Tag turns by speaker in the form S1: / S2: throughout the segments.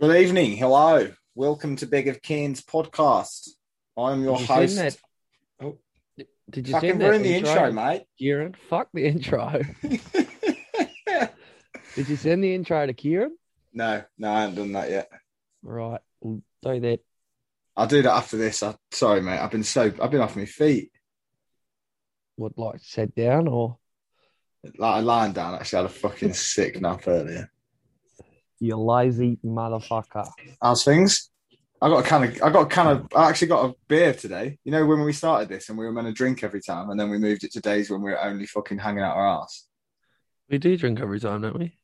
S1: Good evening. Hello. Welcome to Beg of Cairns podcast. I'm your
S2: Did you send
S1: host.
S2: that-
S1: Oh.
S2: Did- Did you
S1: Fucking
S2: send that
S1: ruin the intro, mate.
S2: Kieran? Fuck the intro. Did you send the intro to Kieran?
S1: no, no, I haven't done that yet.
S2: Right. We'll do that.
S1: I'll do that after this. I, sorry, mate. I've been so I've been off my feet.
S2: Would like to sit down or
S1: Like lying down. Actually, I had a fucking sick nap earlier.
S2: you lazy motherfucker.
S1: How's things? I got a kind of. I got a kind of. I actually got a beer today. You know when we started this and we were meant to drink every time, and then we moved it to days when we were only fucking hanging out our ass.
S2: We do drink every time, don't we?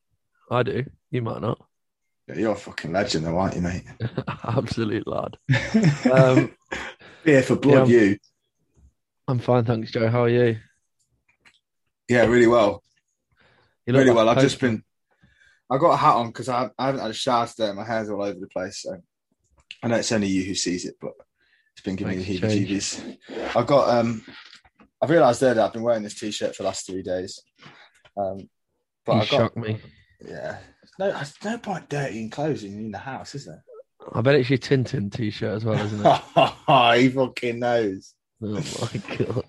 S2: I do. You might not.
S1: You're a fucking legend, though, aren't you, mate?
S2: Absolute lad. Um,
S1: beer for blood, you.
S2: I'm fine, thanks, Joe. How are you?
S1: Yeah, really well.
S2: You
S1: really
S2: like
S1: well.
S2: a
S1: I've just
S2: postman.
S1: been. I got a hat on because I, I haven't had a shower today. My hair's all over the place, so I know it's only you who sees it, but it's been giving me
S2: Makes
S1: the
S2: a change.
S1: heebie-jeebies. I've got. um I've realised there that I've been wearing this t-shirt for the last three days. Um, but
S2: You
S1: I've got.
S2: shocked me.
S1: Yeah. No, there's no point dirtying clothes in, in the house, is there?
S2: I bet it's your Tintin t-shirt as well, isn't it?
S1: he fucking knows.
S2: oh my god.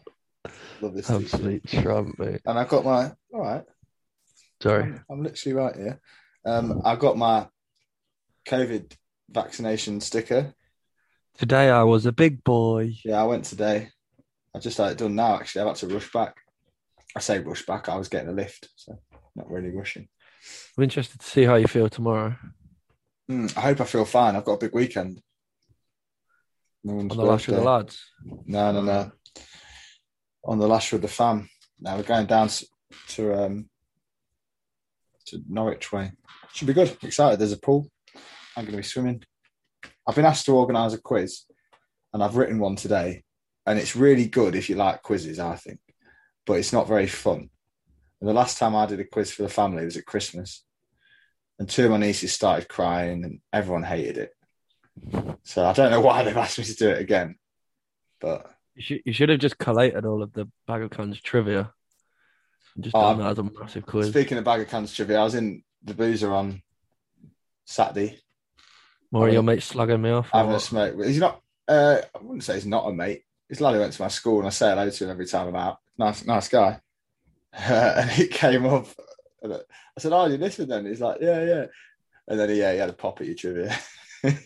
S1: Love this. T-shirt.
S2: Absolute trump, mate.
S1: And I've got my. All right.
S2: Sorry.
S1: I'm, I'm literally right here. Um, I got my COVID vaccination sticker.
S2: Today I was a big boy.
S1: Yeah, I went today. I just had it done now. Actually, I've had to rush back. I say rush back. I was getting a lift, so not really rushing.
S2: I'm interested to see how you feel tomorrow
S1: Hmm, I hope I feel fine. I've got a big weekend. No one's
S2: on the lash of the
S1: birthday.
S2: lads.
S1: No, no, no. On the lash with the fam. Now we're going down s- to um to Norwich way. Should be good. Excited. There's a pool. I'm going to be swimming. I've been asked to organise a quiz, and I've written one today, and it's really good if you like quizzes. I think, but it's not very fun. And the last time I did a quiz for the family was at Christmas, and two of my nieces started crying, and everyone hated it. So I don't know why they've asked me to do it again, but
S2: You should, you should have just collated all of the bag of cans trivia. and Just
S1: Oh,
S2: done
S1: I'm-
S2: that as a massive quiz.
S1: Speaking of bag of cans trivia, I was in the boozer on Saturday
S2: More of your mates slagging me off. or
S1: having a
S2: what?
S1: smoke. He's not. Uh, I wouldn't say he's not a mate. He's a lad who went to my school, and I say hello to him every time I'm out. Nice, nice guy. and he came up. And I said, "Oh, you listened then?" He's like, "Yeah, yeah." And then he, yeah, he had a pop at your trivia.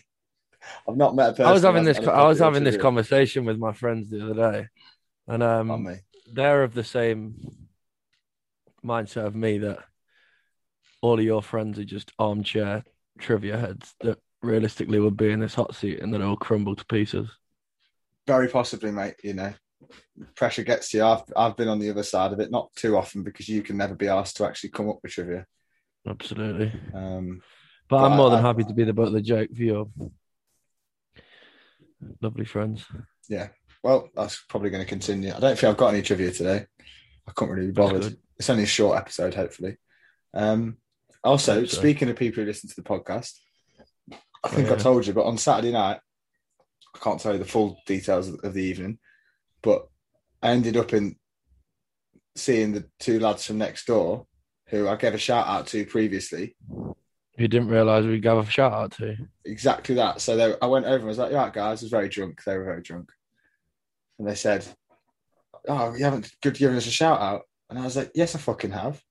S1: I've not met a person.
S2: I was having
S1: who
S2: this.
S1: hasn't
S2: co-
S1: had a
S2: I was
S1: pop at
S2: having
S1: your
S2: this
S1: trivia.
S2: conversation with my friends the other day, and um,
S1: On me.
S2: they're of the same mindset of me that all of your friends are just armchair trivia heads that realistically would be in this hot seat and then all crumble to pieces.
S1: Very possibly, mate. You know, pressure gets to you. I've I've been on the other side of it, not too often, because you can never be asked to actually come up with trivia.
S2: Absolutely.
S1: Um,
S2: But,
S1: But
S2: I'm more than
S1: I-
S2: happy to be the butt of the joke for your lovely friends.
S1: Well, that's probably going to continue. I don't think I've got any trivia today. I couldn't really be bothered.
S2: good.
S1: It's only a short episode, hopefully. Um, also,
S2: Hope so.
S1: speaking of people who listen to the podcast, I think I
S2: yeah.
S1: told you, but on Saturday night, I can't tell you the full details of of the evening, but I ended up in seeing the two lads from next door who I gave a shout out to previously.
S2: Who didn't realise we'd give a shout out to.
S1: Exactly that. So they, I went over and was like, "You all right, guys?" I was very drunk. They were very drunk, and they said, "Oh, you haven't good given us a shout out." And I was like, "Yes, I fucking have."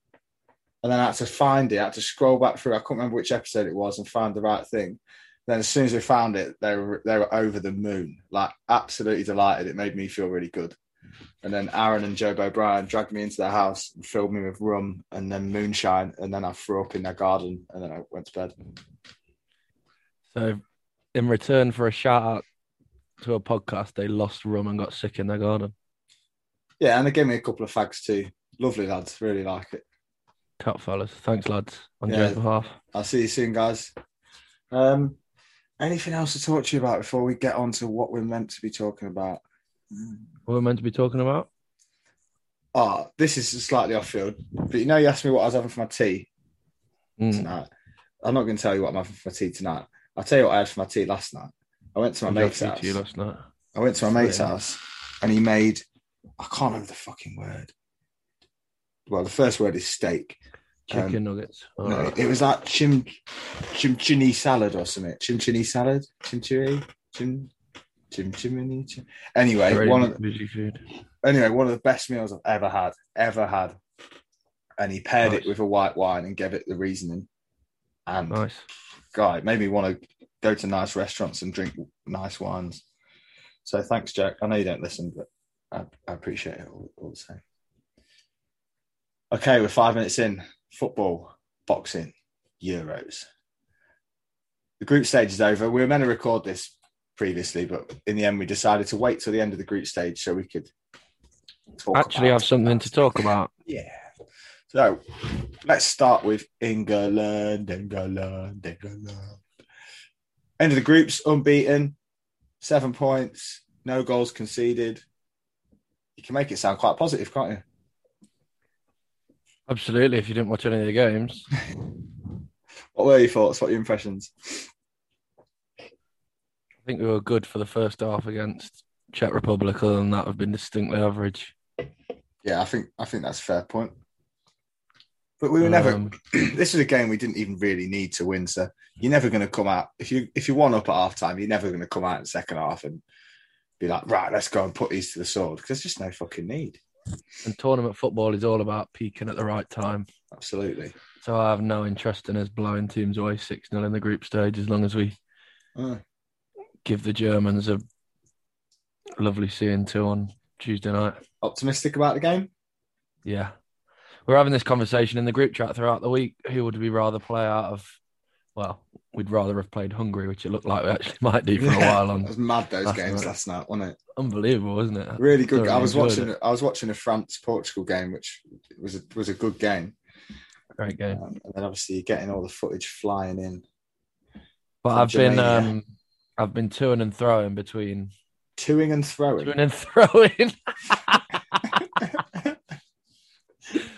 S1: And then I had to find it. I had to scroll back through. I couldn't remember which episode it was and find the right thing. Then as soon as we found it, they were they were over the moon, like absolutely delighted. It made me feel really good. And then Aaron and Job O'Brien dragged me into their house and filled me with rum and then moonshine. And then I threw up in their garden and then I went to bed.
S2: So in return for a shout out to a podcast, they lost rum and got sick in their garden.
S1: Yeah, and they gave me a couple of fags too. Lovely lads, really like it.
S2: Top fellas. Thanks, lads. On
S1: Yeah.
S2: Joe's behalf.
S1: I'll see you soon, guys. Um, anything else to talk to you about before we get on to what we're meant to be talking about?
S2: What we're meant to be talking about?
S1: Ah, this is slightly off field, but you know, you asked me what I was having for my tea
S2: Mm.
S1: tonight. I'm not going to tell you what I'm having for my tea tonight. I'll tell you what I had for my tea last night. I went to my
S2: Joe
S1: mate's
S2: said
S1: house.
S2: to you last night.
S1: I went to my mate's
S2: Yeah.
S1: house and he made, I can't remember the fucking word. Well, the first word is steak.
S2: Chicken nuggets. All
S1: No,
S2: right.
S1: It was like chim chimchini salad or something. Chimchini salad, chimchiri, chim chimchimini. Chim. Anyway,
S2: Really
S1: one of
S2: busy food.
S1: anyway, one of the best meals I've ever had, ever had. And he paired
S2: Nice.
S1: it with a white wine and gave it the reasoning. And
S2: Nice.
S1: guy, it made me want to go to nice restaurants and drink nice wines. So thanks, Jack. I know you don't listen, but I, I appreciate it all, all the same. Okay, we're five minutes in. Football, boxing, Euros. The group stage is over. We were meant to record this previously, but in the end, we decided to wait till the end of the group stage so we could talk
S2: Actually,
S1: about
S2: have something to talk about.
S1: yeah. So let's start with England, England, England. End of the groups, unbeaten, seven points, no goals conceded. You can make it sound quite positive, can't you?
S2: Absolutely. If you didn't watch any of the games,
S1: What were your thoughts? What were your impressions?
S2: I think we were good for the first half against Czech Republic. Other than that, have been distinctly average.
S1: Yeah, I think I think that's a fair point. But we were never.
S2: Um,
S1: this is a game we didn't even really need to win. So you're never going to come out if you if you one up at half time, you're never going to come out in the second half and be like, right, let's go and put these to the sword because there's just no fucking need.
S2: and tournament football is all about peaking at the right time.
S1: Absolutely.
S2: So I have no interest in us blowing teams away 6 0 in the group stage as long as we
S1: Mm.
S2: give the Germans a lovely seeing to on Tuesday night.
S1: optimistic about the game?
S2: Yeah. We're having this conversation in the group chat throughout the week. Who would we rather play out of? Well, we'd rather have played Hungary, which it looked like we actually might do for a
S1: Yeah.
S2: while.
S1: It
S2: On
S1: was mad those
S2: Last
S1: games
S2: night.
S1: last night, wasn't it?
S2: unbelievable, isn't it?
S1: Really good.
S2: thoroughly
S1: I was
S2: enjoyed
S1: watching. I was watching a France Portugal game, which was a, was a good game.
S2: Great game.
S1: Um, and then obviously you're getting all the footage flying in.
S2: But
S1: from
S2: I've been
S1: Jamaica.
S2: um, I've been toing and throwing between
S1: Toing and throwing.
S2: toing and throwing.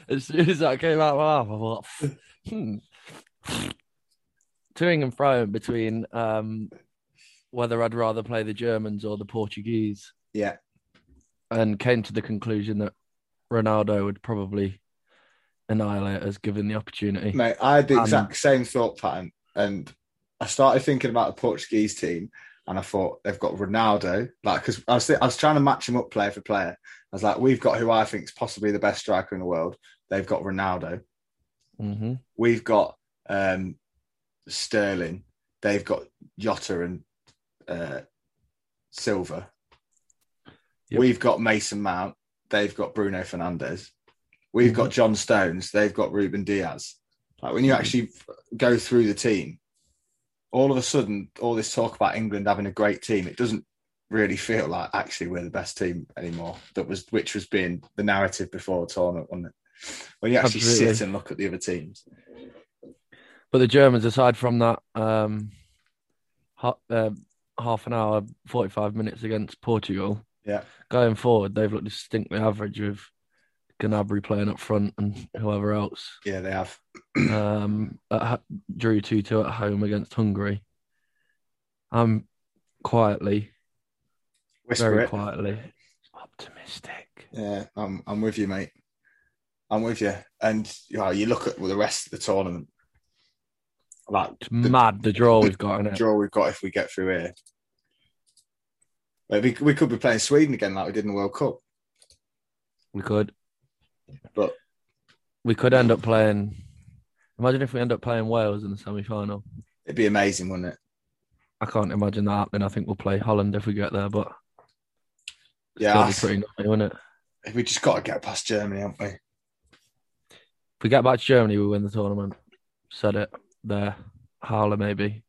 S2: as soon as that came out of my mouth, I thought, hmm. Toing and throwing between um, whether I'd rather play the Germans or the Portuguese.
S1: Yeah,
S2: and came to the conclusion that Ronaldo would probably annihilate us given the opportunity.
S1: mate. I had the
S2: Um,
S1: exact same thought pattern, and I started thinking about the Portuguese team, and I thought they've got Ronaldo. Like, because I was thi- I was trying to match him up player for player. I was like, we've got who I think is possibly the best striker in the world. They've got Ronaldo.
S2: hmm
S1: we've got um, Sterling, they've got Yotta and uh, Silva.
S2: Yep.
S1: We've got Mason Mount, they've got Bruno Fernandez. We've got John Stones, they've got Ruben Diaz. Like when you
S2: Mhm.
S1: actually go through the team, all of a sudden, all this talk about England having a great team, it doesn't really feel like actually we're the best team anymore. That was which was being the narrative before the tournament, wasn't it? When you actually
S2: Absolutely.
S1: sit and look at the other teams.
S2: But the Germans, aside from that, um, ha- uh, half an hour, 45 minutes against Portugal,
S1: Yeah.
S2: going forward, they've looked distinctly average with Gnabry playing up front and whoever else.
S1: Yeah, they have.
S2: um, at, ho- drew 2 2 at home against Hungary. I'm quietly,
S1: Whisper
S2: very
S1: it.
S2: quietly optimistic.
S1: Yeah, I'm, I'm with you, mate. I'm with you. And you, know, you look at the rest of the tournament, like
S2: It's mad the draw we've got in
S1: the
S2: it.
S1: draw we've got if we get through here. Like, we, we could be playing Sweden again like we did in the World Cup.
S2: We could.
S1: But-
S2: we could end up playing. Imagine if we end up playing Wales in the semi final.
S1: It'd be amazing, wouldn't it?
S2: I can't imagine that happening. I think we'll play Holland if we get there, but
S1: Yeah,
S2: it's gonna be pretty gnarly, wouldn't it?
S1: we just got to get past Germany, haven't we?
S2: If we get back to Germany, we win the tournament. Said it there. Harler maybe.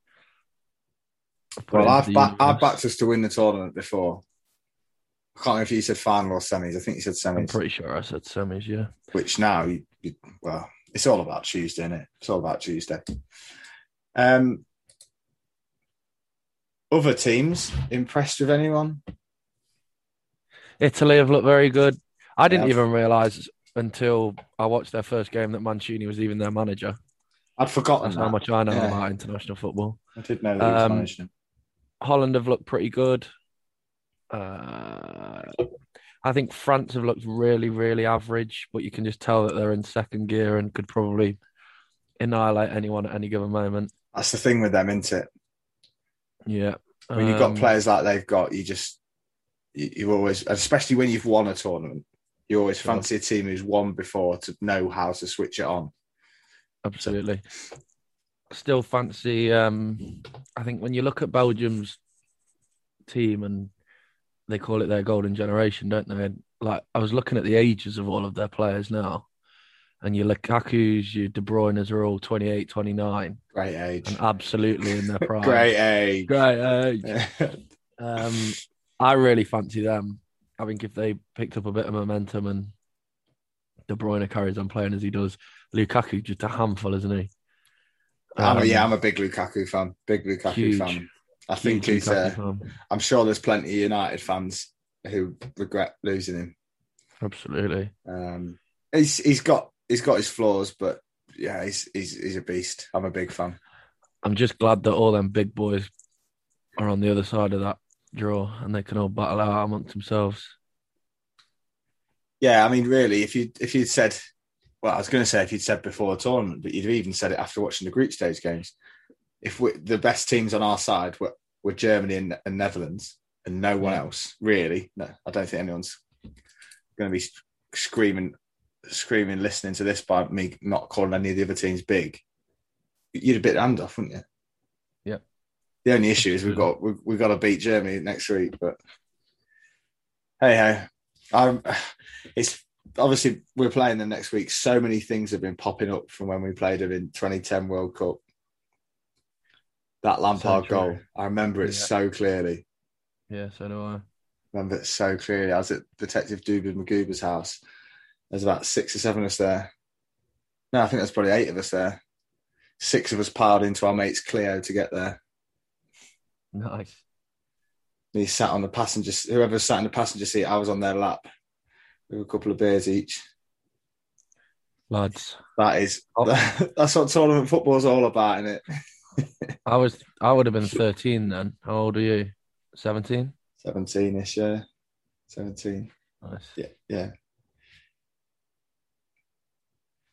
S2: Put it
S1: Well,
S2: into
S1: I've,
S2: the
S1: ba- I've
S2: universe.
S1: backed us to win the tournament before. I can't remember if you said final or semis. I think you said
S2: I'm
S1: semis,
S2: pretty sure I said semis. Yeah,
S1: which now, you, you, well, it's all about Tuesday, isn't it? It's all about Tuesday. Um, other teams impressed with anyone?
S2: Italy have looked very good. I didn't
S1: have.
S2: even realize until I watched their first game that Mancini was even their manager.
S1: I'd forgotten
S2: That's
S1: that.
S2: how much I know
S1: Yeah.
S2: about international football.
S1: I did know that he was
S2: Um,
S1: managing them.
S2: Holland have looked pretty good. Uh, I think France have looked really, really average, but you can just tell that they're in second gear and could probably annihilate anyone at any given moment.
S1: That's the thing with them, isn't it?
S2: Yeah.
S1: When you've got
S2: Um,
S1: players like they've got, you just you, you always, especially when you've won a tournament, you always
S2: Sure.
S1: fancy a team who's won before to know how to switch it on.
S2: Absolutely. Still fancy. Um, I think when you look at Belgium's team and they call it their golden generation, don't they? And, Like I was looking at the ages of all of their players now, and your Lukaku's, your De Bruyne's are all 28, 29,
S1: Great age,
S2: and absolutely in their prime.
S1: great age.
S2: great age. Um, I really fancy them. I think if they picked up a bit of momentum and De Bruyne carries on playing as he does, Lukaku just a handful, isn't he?
S1: I'm a,
S2: Um,
S1: Oh, yeah, I'm a big Lukaku fan. Big Lukaku
S2: huge,
S1: fan. I think
S2: huge
S1: he's.
S2: Lukaku
S1: Uh,
S2: fan.
S1: I'm sure there's plenty of United fans who regret losing him.
S2: absolutely.
S1: Um, he's he's got he's got his flaws, but yeah, he's he's he's a beast. I'm a big fan.
S2: I'm just glad that all them big boys are on the other side of that draw and they can all battle out amongst themselves.
S1: Yeah, I mean, really, if you if you'd said, well, I was going to say if you'd said before the tournament, but you'd have even said it after watching the group stage games. If we, the best teams on our side were, were Germany and, and Netherlands, and no one else, really, no, I don't think anyone's going to be screaming, screaming, listening to this by me not calling any of the other teams big. You'd have bit hand off, wouldn't you?
S2: Yeah.
S1: The only issue is we've got we've, we've got to beat Germany next week, but hey hey, I'm. It's obviously we're playing them next week. So many things have been popping up from when we played them in 2010 World Cup. That Lampard
S2: true.
S1: goal, I remember it
S2: Yeah.
S1: so clearly.
S2: Yeah, so do I.
S1: remember it so clearly. I was at Detective Dubin Maguba's house. There's about six or seven of us there. No, I think there's probably eight of us there. Six of us piled into our mate's Clio to get there.
S2: Nice.
S1: And he sat on the passenger, whoever sat in the passenger seat, I was on their lap with a couple of beers each.
S2: Lads.
S1: That is,
S2: Oh.
S1: that's what tournament football's all about, isn't it?
S2: I was I would have been thirteen then. How old are you? Seventeen?
S1: 17 ish, yeah. 17.
S2: Nice.
S1: Yeah. Yeah.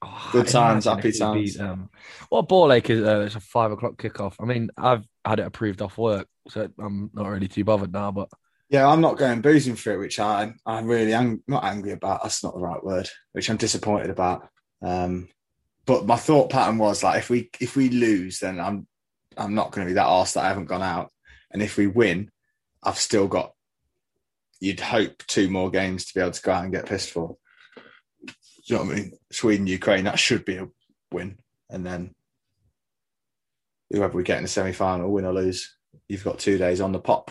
S2: Oh,
S1: Good
S2: I
S1: times,
S2: imagine
S1: happy
S2: if we
S1: times.
S2: beat them. What a ball ache is there? It's a five o'clock kickoff. I mean, I've had it approved off work, so I'm not really too bothered now. But
S1: Yeah, I'm not going boozing for it, which I I'm really ang- not angry about. That's not the right word. Which I'm disappointed about. Um, but my thought pattern was like, if we if we lose, then I'm I'm not going to be that arsed that I haven't gone out. And if we win, I've still got. You'd hope two more games to be able to go out and get pissed for. Do you know what I mean? Sweden, Ukraine, that should be a win, and then whoever we get in the semi-final, win or lose, you've got two days on the pop.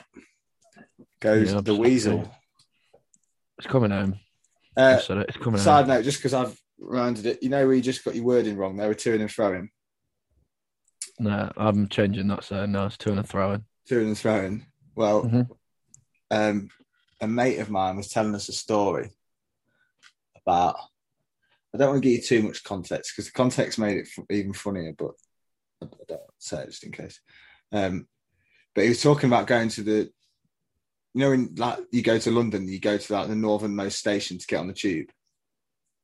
S1: Goes
S2: Yeah,
S1: the
S2: absolutely.
S1: weasel.
S2: it's coming home.
S1: Uh,
S2: I've said it. It's coming
S1: side
S2: home.
S1: note, just because I've rounded it, you know, we just got your wording wrong. There were two and throwing,
S2: No, I'm changing that. So no, it's two and a throw in.
S1: two and throwing. Well,
S2: Mhm.
S1: um, a mate of mine was telling us a story about. I don't want to give you too much context because the context made it f- even funnier, but I I don't want to say it just in case. Um, but he was talking about going to the, you know, in like you go to London, you go to like the northernmost station to get on the tube.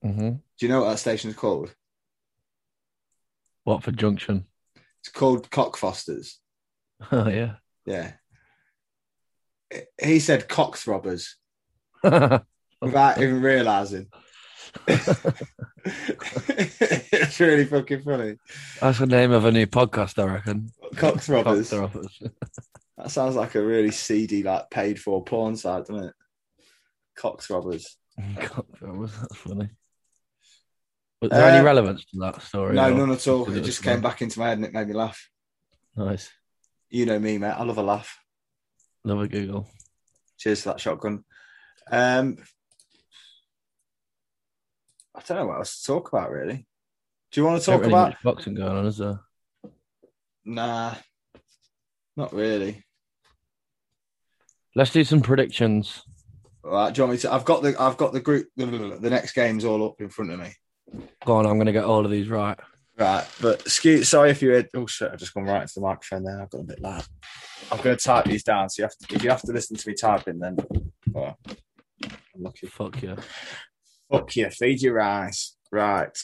S2: Mm-hmm.
S1: Do you know what that station is called?
S2: Watford Junction.
S1: It's called Cockfosters.
S2: Oh yeah.
S1: Yeah. He said cock throbbers
S2: That's
S1: without even realizing. it's really fucking funny.
S2: the name of a new podcast, I reckon.
S1: Cock throbbers.
S2: Cockthrobbers.
S1: That sounds like a really seedy, like paid for porn site, doesn't it? Cock throbbers.
S2: Cockthrobbers, That's funny. Was there any
S1: Uh,
S2: relevance to that story?
S1: No,
S2: or-
S1: none at all.
S2: because
S1: It
S2: it
S1: just
S2: was mine.
S1: came back into my head and it made me laugh.
S2: Nice.
S1: You know me, mate. I love a laugh.
S2: Love a Google.
S1: Cheers for that shotgun. Um, I don't know what else to talk about, really. Do you want to
S2: Not
S1: talk
S2: really
S1: about
S2: much boxing going on, is there?
S1: Nah, not really.
S2: Let's do some predictions.
S1: All right, do you want me to? I've got the I've got the group. The, the next game's all up in front of me.
S2: Go on, I'm going to get all of these right.
S1: Right, but excuse. Sorry if you heard. Oh shit! I've just gone right into the microphone. There, I've got a bit loud. I'm going to type these down. So you have to. If you have to listen to me typing, then well, Unlucky.
S2: Fuck yeah.
S1: Fuck you. Feed your eyes. Right.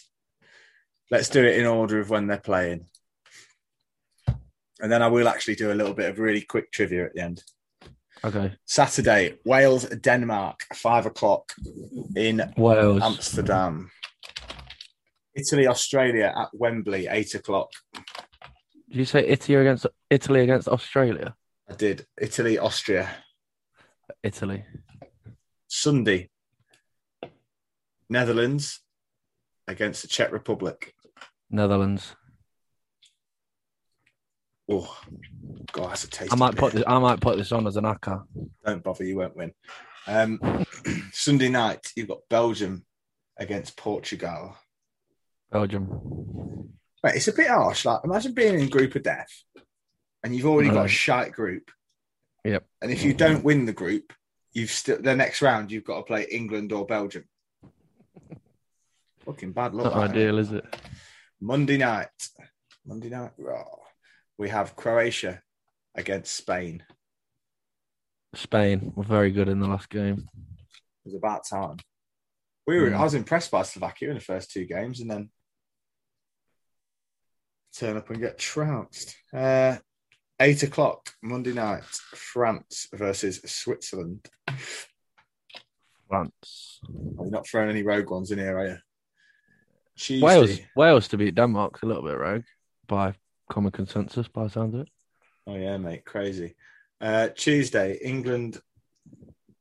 S1: Let's do it in order of when they're playing. And then I will actually do a little bit of really quick trivia at the end.
S2: Okay.
S1: Saturday, Wales, Denmark, five o'clock in
S2: Wales.
S1: Um, Amsterdam. Italy, Australia at Wembley, eight o'clock.
S2: Did you say Italy against Italy against Australia?
S1: I did. Italy, Austria.
S2: Italy.
S1: Sunday, Netherlands against the Czech Republic.
S2: Netherlands.
S1: Oh, God, that's a taste.
S2: I might put this, I might put this on as an acca.
S1: Don't bother, you won't win. Um, Sunday night, you've got Belgium against Portugal.
S2: Belgium.
S1: Mate, it's a bit harsh. Like, imagine being in group of death, and you've already got a
S2: Right.
S1: shite group.
S2: Yep.
S1: And if you don't win the group, you've still the next round. You've got to play England or Belgium. Fucking bad luck.
S2: Not
S1: that, innit?
S2: ideal, is it?
S1: Monday night, Monday night Raw, we have Croatia against Spain.
S2: Spain were very good in the last game.
S1: It was about time. We were.
S2: Mm.
S1: I was impressed by Slovakia in the first two games, and then turn up and get trounced. Uh, Eight o'clock Monday night, France versus Switzerland.
S2: France.
S1: We're not throwing any rogue ones in here, are you? Tuesday,
S2: Wales Wales to beat Denmark a little bit rogue by common consensus by the sound of it.
S1: Oh yeah, mate, crazy. Uh, Tuesday, England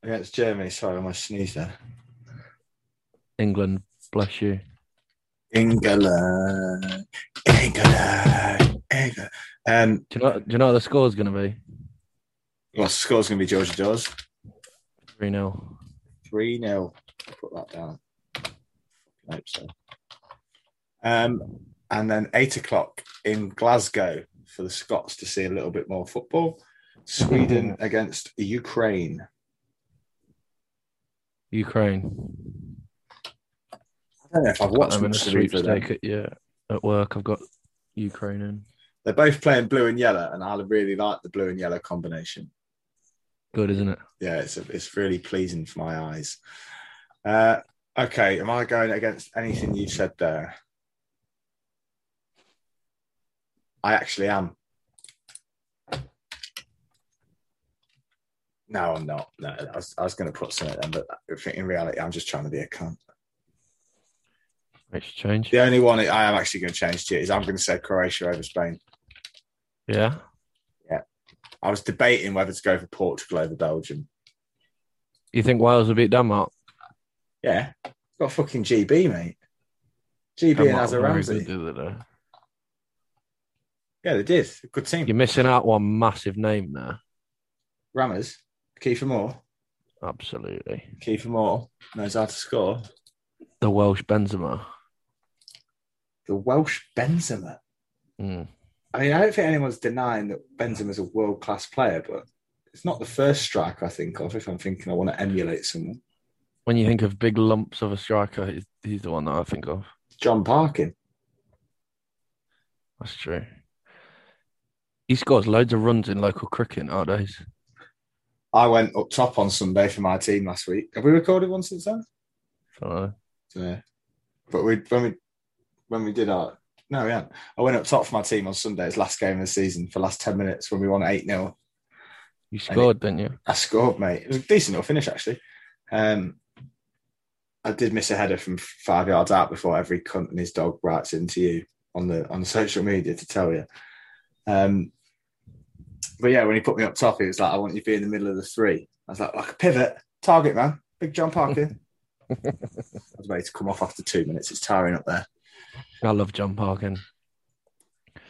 S1: against Germany. Sorry, I almost sneezed there.
S2: England, bless you.
S1: England, England, England. Um,
S2: Do you know do you know what the score's gonna be?
S1: well, score's going to be Georgia Jaws.
S2: Three 0
S1: 3 0. Put that down. I hope so. Um, and then 8 o'clock in Glasgow for the Scots to see a little bit more football. Sweden against Ukraine.
S2: Ukraine.
S1: I don't know if I've watched
S2: I'm in a
S1: much of either of them.
S2: sweepstake at, yeah, at work. I've got Ukraine in.
S1: They're both playing blue and yellow, and I really like the blue and yellow combination.
S2: Good, isn't it?
S1: Yeah, it's, it's really pleasing for my eyes. Uh, okay, am I going against anything you said there? I actually am. No, I'm not. No, I was, I was going to put something then, but I think in reality, I'm just trying to be a cunt.
S2: Makes a change.
S1: The only one I am actually going to change to is I'm going to say Croatia over Spain.
S2: Yeah.
S1: I was debating whether to go for Portugal over Belgium.
S2: You think Wales will beat Denmark?
S1: Yeah, got fucking GB, mate. GB and
S2: Denmark
S1: Azar
S2: were very
S1: Ramsey.
S2: good the other day.
S1: Yeah, they did. Good team.
S2: You're missing out one massive name there.
S1: Rammers, Kiefer Moore.
S2: Absolutely.
S1: Kiefer Moore knows how to score.
S2: The Welsh Benzema.
S1: The Welsh Benzema.
S2: Mm.
S1: I mean, I don't think anyone's denying that Benzema's a world class player, but it's not the first strike I think of if I'm thinking I want to emulate someone.
S2: When you think of big lumps of a striker, he's, he's the one that I think of.
S1: John Parkin.
S2: That's true. He scores loads of runs in local cricket nowadays.
S1: I went up top on Sunday for my team last week. Have we recorded one since then?
S2: So,
S1: Yeah. But we when we when we did our no, yeah. I went up top for my team on Sunday, it's last game of the season for the last ten minutes when we won eight 0
S2: you scored, didn't you?
S1: I scored, mate. It was a decent little finish, actually. Um, I did miss a header from five yards out before every cunt and his dog writes into you on the on social media to tell you. Um, but yeah, when he put me up top, he was like, "I want you to be in the middle of the three. I was like, "Like a pivot, target man, big John Parker." I was ready to come off after two minutes. It's tiring up there.
S2: I love John Parkin.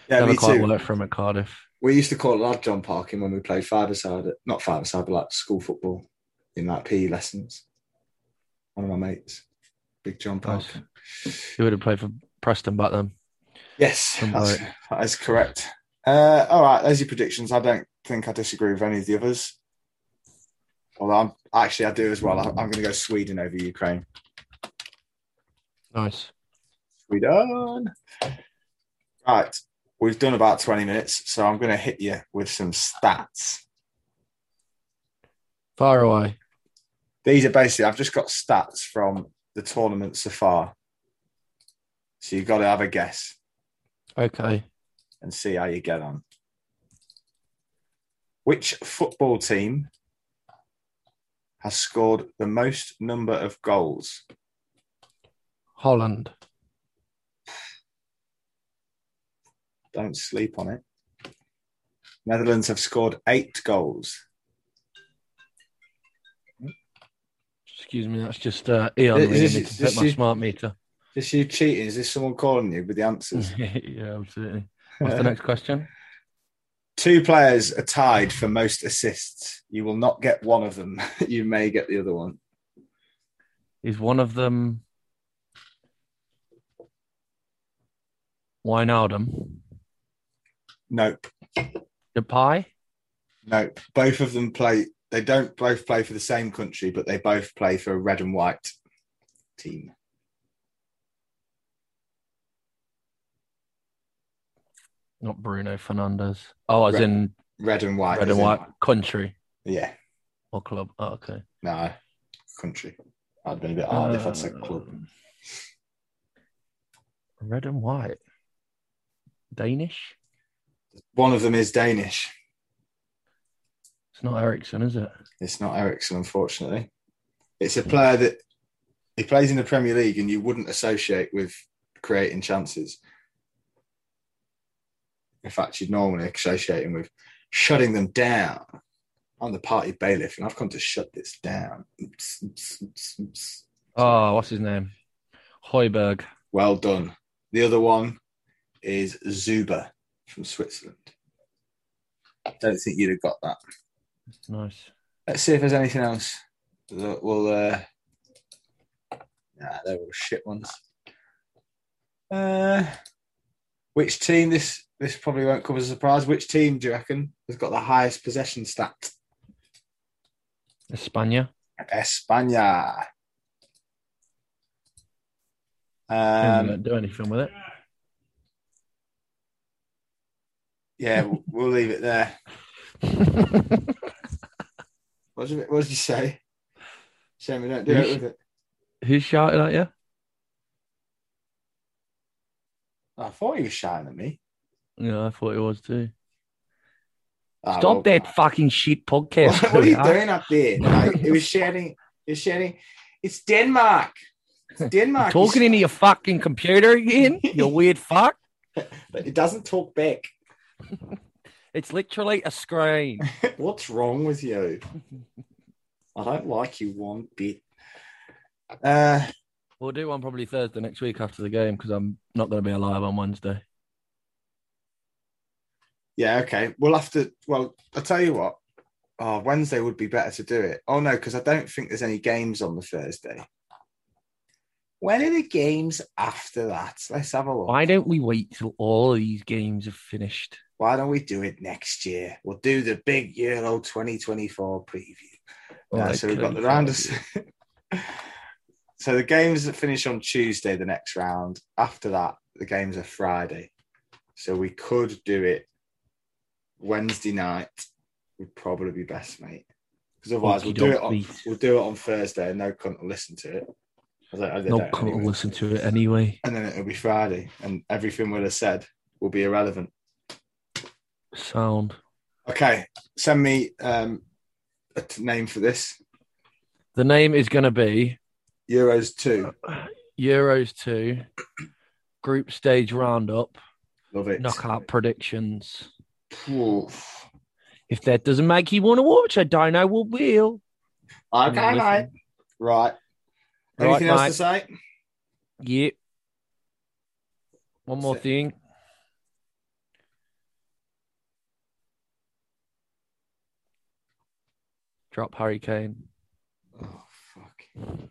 S1: Yeah,
S2: Never
S1: me
S2: quite
S1: too.
S2: worked for him at Cardiff.
S1: We used to call it lad John Parkin when we played five-a-side, at- not five-a-side, but like school football in like PE lessons. One of my mates, Big John
S2: Nice.
S1: Parkin.
S2: He would have played for Preston back then.
S1: Yes,
S2: Some
S1: that's, that is correct. Uh, all right, there's your predictions. I don't think I disagree with any of the others. Although I'm, actually, I do as well. I, I'm going to go Sweden over Ukraine.
S2: Nice.
S1: Sweden. Right, we've done about 20 minutes, so I'm going to hit you with some stats.
S2: Far away.
S1: These are basically, I've just got stats from the tournament so far. So you've got to have a guess
S2: Okay.
S1: and see how you get on. Which football team has scored the most number of goals?
S2: Holland.
S1: Don't sleep on it. Netherlands have scored eight goals.
S2: Excuse me, that's just uh, Eon.
S1: Is
S2: Is,
S1: this-
S2: need
S1: is
S2: to
S1: this
S2: set my
S1: you-
S2: smart meter.
S1: Is you cheating? Is this someone calling you with the answers?
S2: yeah, absolutely. What's the next question?
S1: Two players are tied for most assists. You will not get one of them. you may get the other one.
S2: Is one of them Wijnaldum?
S1: Nope.
S2: Depay?
S1: Nope. Both of them play. They don't both play for the same country, but they both play for a red and white team.
S2: Not Bruno Fernandes. Oh, as
S1: Red-
S2: in
S1: Red and white.
S2: red
S1: is
S2: and
S1: in-
S2: white country
S1: Yeah.
S2: or club. Oh, okay.
S1: No. Country. I'd been a
S2: Uh,
S1: bit hard if I'd said club.
S2: Um, Uh, Red and white. Danish?
S1: One of them is Danish.
S2: It's not Ericsson, is it?
S1: It's not Ericsson, unfortunately. It's a player that he plays in the Premier League and you wouldn't associate with creating chances. In fact, you'd normally associate him with shutting them down. I'm the party bailiff and I've come to shut this down. Oops, oops, oops, oops.
S2: Oh, what's his name? Hoiberg.
S1: Well done. The other one is Zuba from Switzerland. Don't think you'd have got that.
S2: Nice.
S1: Let's see if there's anything else that will. Uh... Nah, they were shit ones. Uh, which team? This this probably won't come as a surprise. Which team do you reckon has got the highest possession stat?
S2: Espana.
S1: España.
S2: Um,
S1: Um,
S2: don't do anything with it.
S1: yeah, we'll- we'll leave it there. What did, what did you say? Shame we don't do it with it.
S2: Who's shouting at you?
S1: I thought he was shouting at me.
S2: Yeah, I thought it was too.
S1: Ah,
S2: Stop
S1: well-
S2: that fucking shit podcast.
S1: What, what are you
S2: Connor.
S1: doing up there? Like, it was shouting. It was shouting. It's Denmark. It's
S2: You
S1: Denmark.
S2: Talking into your fucking computer again? You weird fuck.
S1: But it doesn't talk back.
S2: It's literally a screen.
S1: What's wrong with you? I don't like you one bit. Uh,
S2: We'll do one probably Thursday next week after the game because I'm not going to be alive on Wednesday.
S1: yeah, okay. We'll have to. Well, I'll tell you what. Oh, Wednesday would be better to do it. Oh no, because I don't think there's any games on the Thursday. When are the games after that? Let's have a look.
S2: Why don't we wait till all of these games are finished?
S1: Why don't we do it next year? We'll do the big year old 2024 preview. Yeah,
S2: Like,
S1: so we've got the
S2: uh,
S1: round of. so the games that finish on Tuesday, the next round. After that, the games are Friday. So we could do it Wednesday night. Would probably be best, mate. Because otherwise, we'll do it on
S2: Okey-dokey.
S1: we'll do it on Thursday, and no cunt will listen to it. I don't- I don't-
S2: No
S1: anyway.
S2: cunt will listen to it anyway.
S1: And then it'll be Friday, and everything we'll have said will be irrelevant.
S2: Sound.
S1: Okay, send me um, a t- name for this.
S2: The name is going to be
S1: Euros two.
S2: Euros 2 Group Stage Roundup
S1: Love it.
S2: Knockout Predictions.
S1: Oof.
S2: If that doesn't make you want to watch, I don't know what will.
S1: Okay,
S2: Listen.
S1: mate. Right.
S2: Right,
S1: Anything else to
S2: mate.
S1: say?
S2: Yeah. One more
S1: That's it.
S2: thing. Drop Harry Kane.
S1: Oh, fuck.